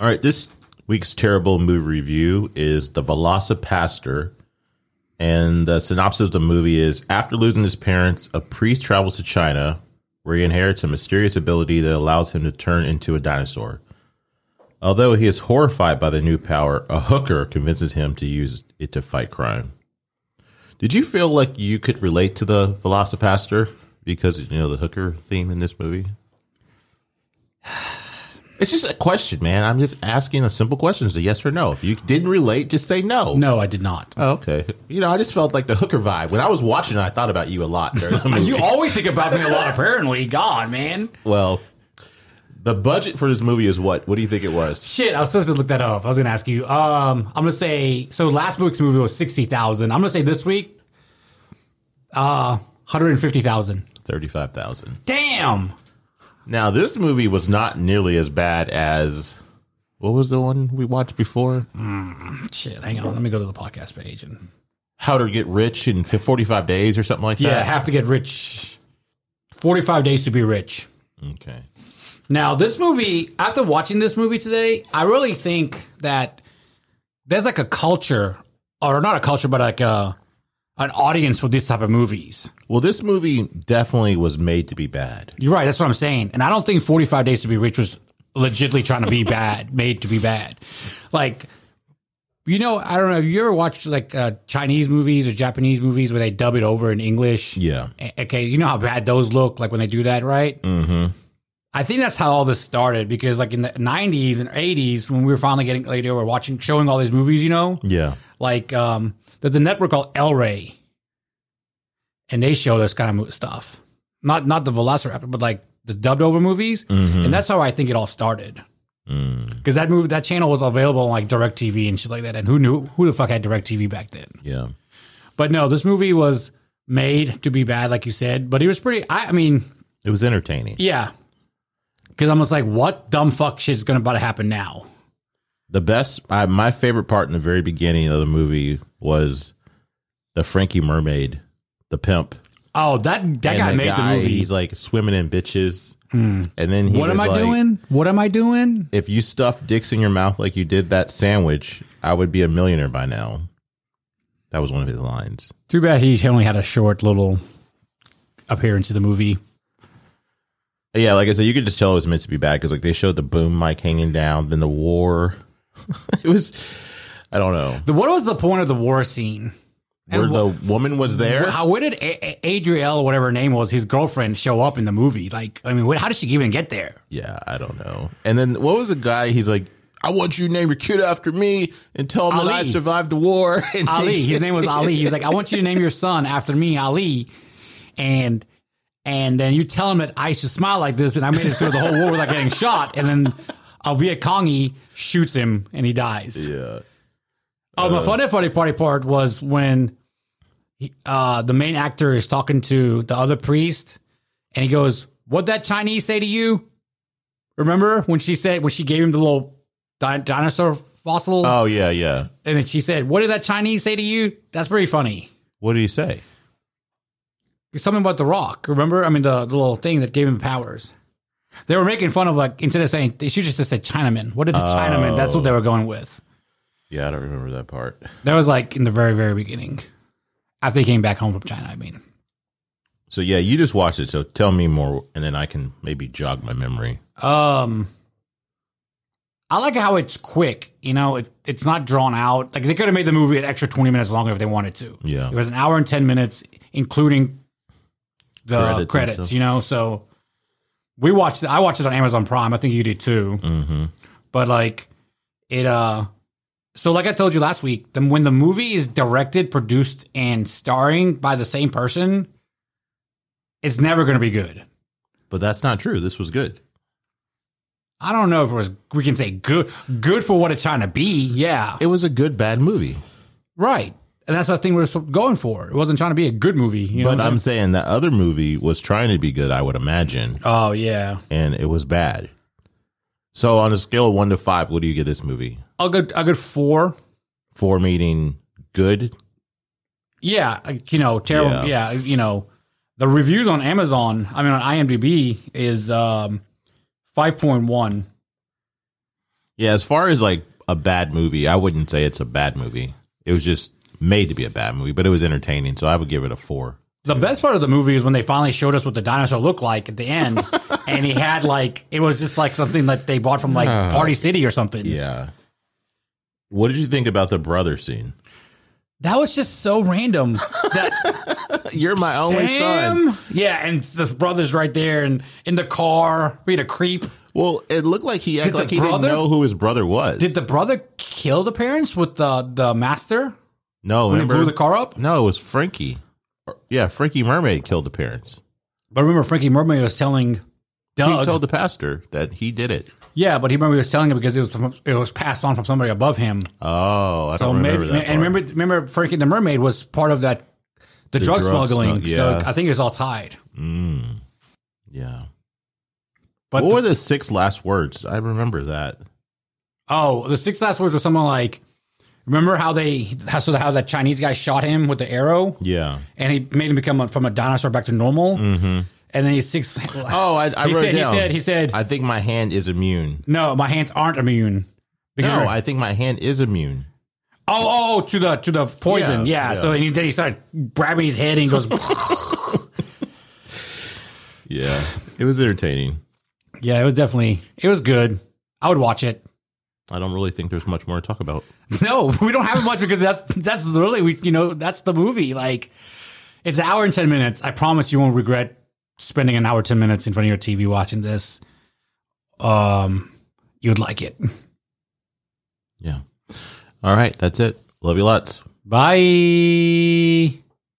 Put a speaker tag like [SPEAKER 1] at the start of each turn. [SPEAKER 1] All right, this week's terrible movie review is The Velocipaster. And the synopsis of the movie is after losing his parents, a priest travels to China where he inherits a mysterious ability that allows him to turn into a dinosaur. Although he is horrified by the new power, a hooker convinces him to use it to fight crime. Did you feel like you could relate to the Velocipaster because you know the hooker theme in this movie? It's just a question, man. I'm just asking a simple question: Is a yes or no? If you didn't relate, just say no.
[SPEAKER 2] No, I did not.
[SPEAKER 1] Oh, okay. You know, I just felt like the hooker vibe when I was watching. it, I thought about you a lot. During the movie.
[SPEAKER 2] You always think about me a lot, apparently. God, man.
[SPEAKER 1] well, the budget for this movie is what? What do you think it was?
[SPEAKER 2] Shit, I was supposed to look that up. I was gonna ask you. Um, I'm gonna say so. Last week's movie was sixty thousand. I'm gonna say this week, uh, hundred and fifty thousand.
[SPEAKER 1] Thirty-five thousand.
[SPEAKER 2] Damn.
[SPEAKER 1] Now, this movie was not nearly as bad as what was the one we watched before?
[SPEAKER 2] Shit, hang on. Let me go to the podcast page and uh,
[SPEAKER 1] How to Get Rich in F- 45 Days or something like
[SPEAKER 2] yeah,
[SPEAKER 1] that.
[SPEAKER 2] have to get rich. Forty-five days to be rich.
[SPEAKER 1] Okay.
[SPEAKER 2] Now, this movie, after watching this movie today, I really think that there's like a culture, or not a culture, but like a, an audience for these type of movies.
[SPEAKER 1] Well, this movie definitely was made to be bad.
[SPEAKER 2] You're right. That's what I'm saying. And I don't think 45 Days to Be Rich was legitly trying to be bad, made to be bad. Like, you know, I don't know. Have you ever watched like uh, Chinese movies or Japanese movies where they dub it over in English?
[SPEAKER 1] Yeah.
[SPEAKER 2] A- Okay, you know how bad those look like when they do that, right? Mm-hmm. I think that's how all this started because, like in the '90s and '80s, when we were finally getting like they were watching, showing all these movies, you know,
[SPEAKER 1] Yeah.
[SPEAKER 2] like um, there's a network called El Rey, and they show this kind of mo- stuff. Not not the Velociraptor, but like the dubbed over movies, and that's how I think it all started. Because that movie, that channel was available on like DirecTV and shit like that, and who knew who the fuck had DirecTV back then?
[SPEAKER 1] Yeah.
[SPEAKER 2] But no, this movie was made to be bad, like you said. But it was pretty. I, I mean,
[SPEAKER 1] It was entertaining.
[SPEAKER 2] yeah. Because I'm just like, what dumb fuck shit's going to about to happen now?
[SPEAKER 1] The best, I, my favorite part in the very beginning of the movie was the Frankie Mermaid, the pimp.
[SPEAKER 2] Oh, that that
[SPEAKER 1] And
[SPEAKER 2] guy
[SPEAKER 1] the
[SPEAKER 2] made
[SPEAKER 1] guy,
[SPEAKER 2] the movie. Hmm.
[SPEAKER 1] He's like swimming in bitches. And then he
[SPEAKER 2] What am I
[SPEAKER 1] was like,
[SPEAKER 2] doing? What am I doing?
[SPEAKER 1] If you stuffed dicks in your mouth like you did that sandwich, I would be a millionaire by now. That was one of his lines.
[SPEAKER 2] Too bad he only had a short little appearance in the movie.
[SPEAKER 1] Yeah, like I said, you could just tell it was meant to be bad because like they showed the boom mic hanging down, then the war. it was, I don't know.
[SPEAKER 2] The, what was the point of the war scene?
[SPEAKER 1] Where the woman was there,
[SPEAKER 2] How where did a- a- Adriel, or whatever her name was, his girlfriend, show up in the movie? Like, I mean, wh- how did she even get there?
[SPEAKER 1] yeah, I don't know. And then what was the guy? He's like, I want you to name your kid after me and tell him that I
[SPEAKER 2] Ali.
[SPEAKER 1] survived the war. And
[SPEAKER 2] Ali. His name was Ali. He's like, I want you to name your son after me, Ali, and and then you tell him that I should smile like this, but I made it through the whole war without getting shot, and then a Viet Congy shoots him and he dies.
[SPEAKER 1] yeah,
[SPEAKER 2] Oh, my funny, funny party part was when he, uh, the main actor is talking to the other priest, and he goes, "What that Chinese say to you?" Remember when she said when she gave him the little di- dinosaur fossil?
[SPEAKER 1] oh yeah, yeah.
[SPEAKER 2] And then she said, What did that Chinese say to you? That's pretty funny.
[SPEAKER 1] What do you say?
[SPEAKER 2] Something about The Rock, remember? I mean, the, the little thing that gave him powers. They were making fun of, like, instead of saying, they should just have said Chinaman. What did the Chinaman? That's what they were going with.
[SPEAKER 1] Yeah, I don't remember that part.
[SPEAKER 2] That was like in the very, very beginning. After he came back home from China, I mean.
[SPEAKER 1] So yeah, you just watched it. So tell me more, and then I can maybe jog my memory.
[SPEAKER 2] Um, I like how it's quick. You know, it, it's not drawn out. Like they could have made the movie an extra twenty minutes longer if they wanted to.
[SPEAKER 1] Yeah.
[SPEAKER 2] it was an hour and ten minutes, including the
[SPEAKER 1] Credits and
[SPEAKER 2] credits.
[SPEAKER 1] stuff.
[SPEAKER 2] you know, so we watched. it- I watched it on Amazon Prime. I think you did too.
[SPEAKER 1] Mm-hmm.
[SPEAKER 2] But like it, uh, so like I told you last week, then when the movie is directed, produced, and starring by the same person, it's never going to be good.
[SPEAKER 1] But that's not true. This was good.
[SPEAKER 2] I don't know if it was we can say good good for what it's trying to be. Yeah.
[SPEAKER 1] It was a good bad movie.
[SPEAKER 2] right. And that's the thing we're so- going for. It wasn't trying to be a good movie. You know
[SPEAKER 1] but
[SPEAKER 2] what
[SPEAKER 1] I'm saying that other movie was trying to be good, I would imagine,
[SPEAKER 2] Oh yeah.
[SPEAKER 1] and it was bad. So on a scale of one to five, what do you give this movie?
[SPEAKER 2] A good a good four.
[SPEAKER 1] Four meaning good.
[SPEAKER 2] Yeah. like, You know, terrible yeah. you know. The reviews on Amazon, I mean on IMDb is um five point one.
[SPEAKER 1] Yeah, as far as like a bad movie, I wouldn't say it's a bad movie. It was just made to be a bad movie, but it was entertaining, so I would give it a four.
[SPEAKER 2] The best part of the movie is when they finally showed us what the dinosaur looked like at the end, and he had like it was just like something that they bought from like Party City or something.
[SPEAKER 1] Yeah. What did you think about the brother scene?
[SPEAKER 2] That was just so random. That
[SPEAKER 1] You're my
[SPEAKER 2] Sam, yeah, and it's this brother's right there, and in the car, we had a creep.
[SPEAKER 1] Well, it looked like he acted
[SPEAKER 2] the
[SPEAKER 1] like he
[SPEAKER 2] brother-
[SPEAKER 1] didn't know who his brother was.
[SPEAKER 2] Did the brother kill the parents with the the master
[SPEAKER 1] no,
[SPEAKER 2] when he
[SPEAKER 1] remember
[SPEAKER 2] blew the car up?
[SPEAKER 1] No, it was Frankie. Or- Yeah, Frankie Mermaid killed the parents.
[SPEAKER 2] But remember, Frankie Mermaid was telling
[SPEAKER 1] He
[SPEAKER 2] Doug.
[SPEAKER 1] told the pastor that he did it.
[SPEAKER 2] yeah, but he remember he was telling him because it was from- it was passed on from somebody above him.
[SPEAKER 1] Oh, I
[SPEAKER 2] So
[SPEAKER 1] don't remember
[SPEAKER 2] maybe,
[SPEAKER 1] that.
[SPEAKER 2] and
[SPEAKER 1] part.
[SPEAKER 2] remember, remember, Frankie the Mermaid was part of that, the, drug,
[SPEAKER 1] drug
[SPEAKER 2] smuggling.
[SPEAKER 1] smugg- yeah.
[SPEAKER 2] So I think it was all tied.
[SPEAKER 1] Mm. yeah.
[SPEAKER 2] But
[SPEAKER 1] what
[SPEAKER 2] the-
[SPEAKER 1] were the six last words? I remember that.
[SPEAKER 2] oh, the six last words were something like, remember how they, how, so how that Chinese guy shot him with the arrow,
[SPEAKER 1] Yeah.
[SPEAKER 2] and he made him become a, from a dinosaur back to normal,
[SPEAKER 1] Mm-hmm.
[SPEAKER 2] and then he's six.
[SPEAKER 1] Oh, I, I
[SPEAKER 2] he
[SPEAKER 1] wrote
[SPEAKER 2] said,
[SPEAKER 1] it down.
[SPEAKER 2] he said, he said,
[SPEAKER 1] I think my hand is immune.
[SPEAKER 2] no, my hands aren't immune. Because
[SPEAKER 1] No,
[SPEAKER 2] we're-
[SPEAKER 1] I think my hand is immune.
[SPEAKER 2] oh, oh, to the to the poison,
[SPEAKER 1] Yeah,
[SPEAKER 2] yeah. So
[SPEAKER 1] yeah.
[SPEAKER 2] and he, then he started grabbing his head and he goes,
[SPEAKER 1] Yeah, it was entertaining.
[SPEAKER 2] yeah, it was definitely, it was good. I would watch it.
[SPEAKER 1] I don't really think there's much more to talk about.
[SPEAKER 2] No, we don't have much because that's that's really we you know that's the movie. Like it's an hour and ten minutes. I promise you won't regret spending an hour ten minutes in front of your TV watching this. Um, you'd like it.
[SPEAKER 1] Yeah. All right, that's it. Love you lots.
[SPEAKER 2] Bye.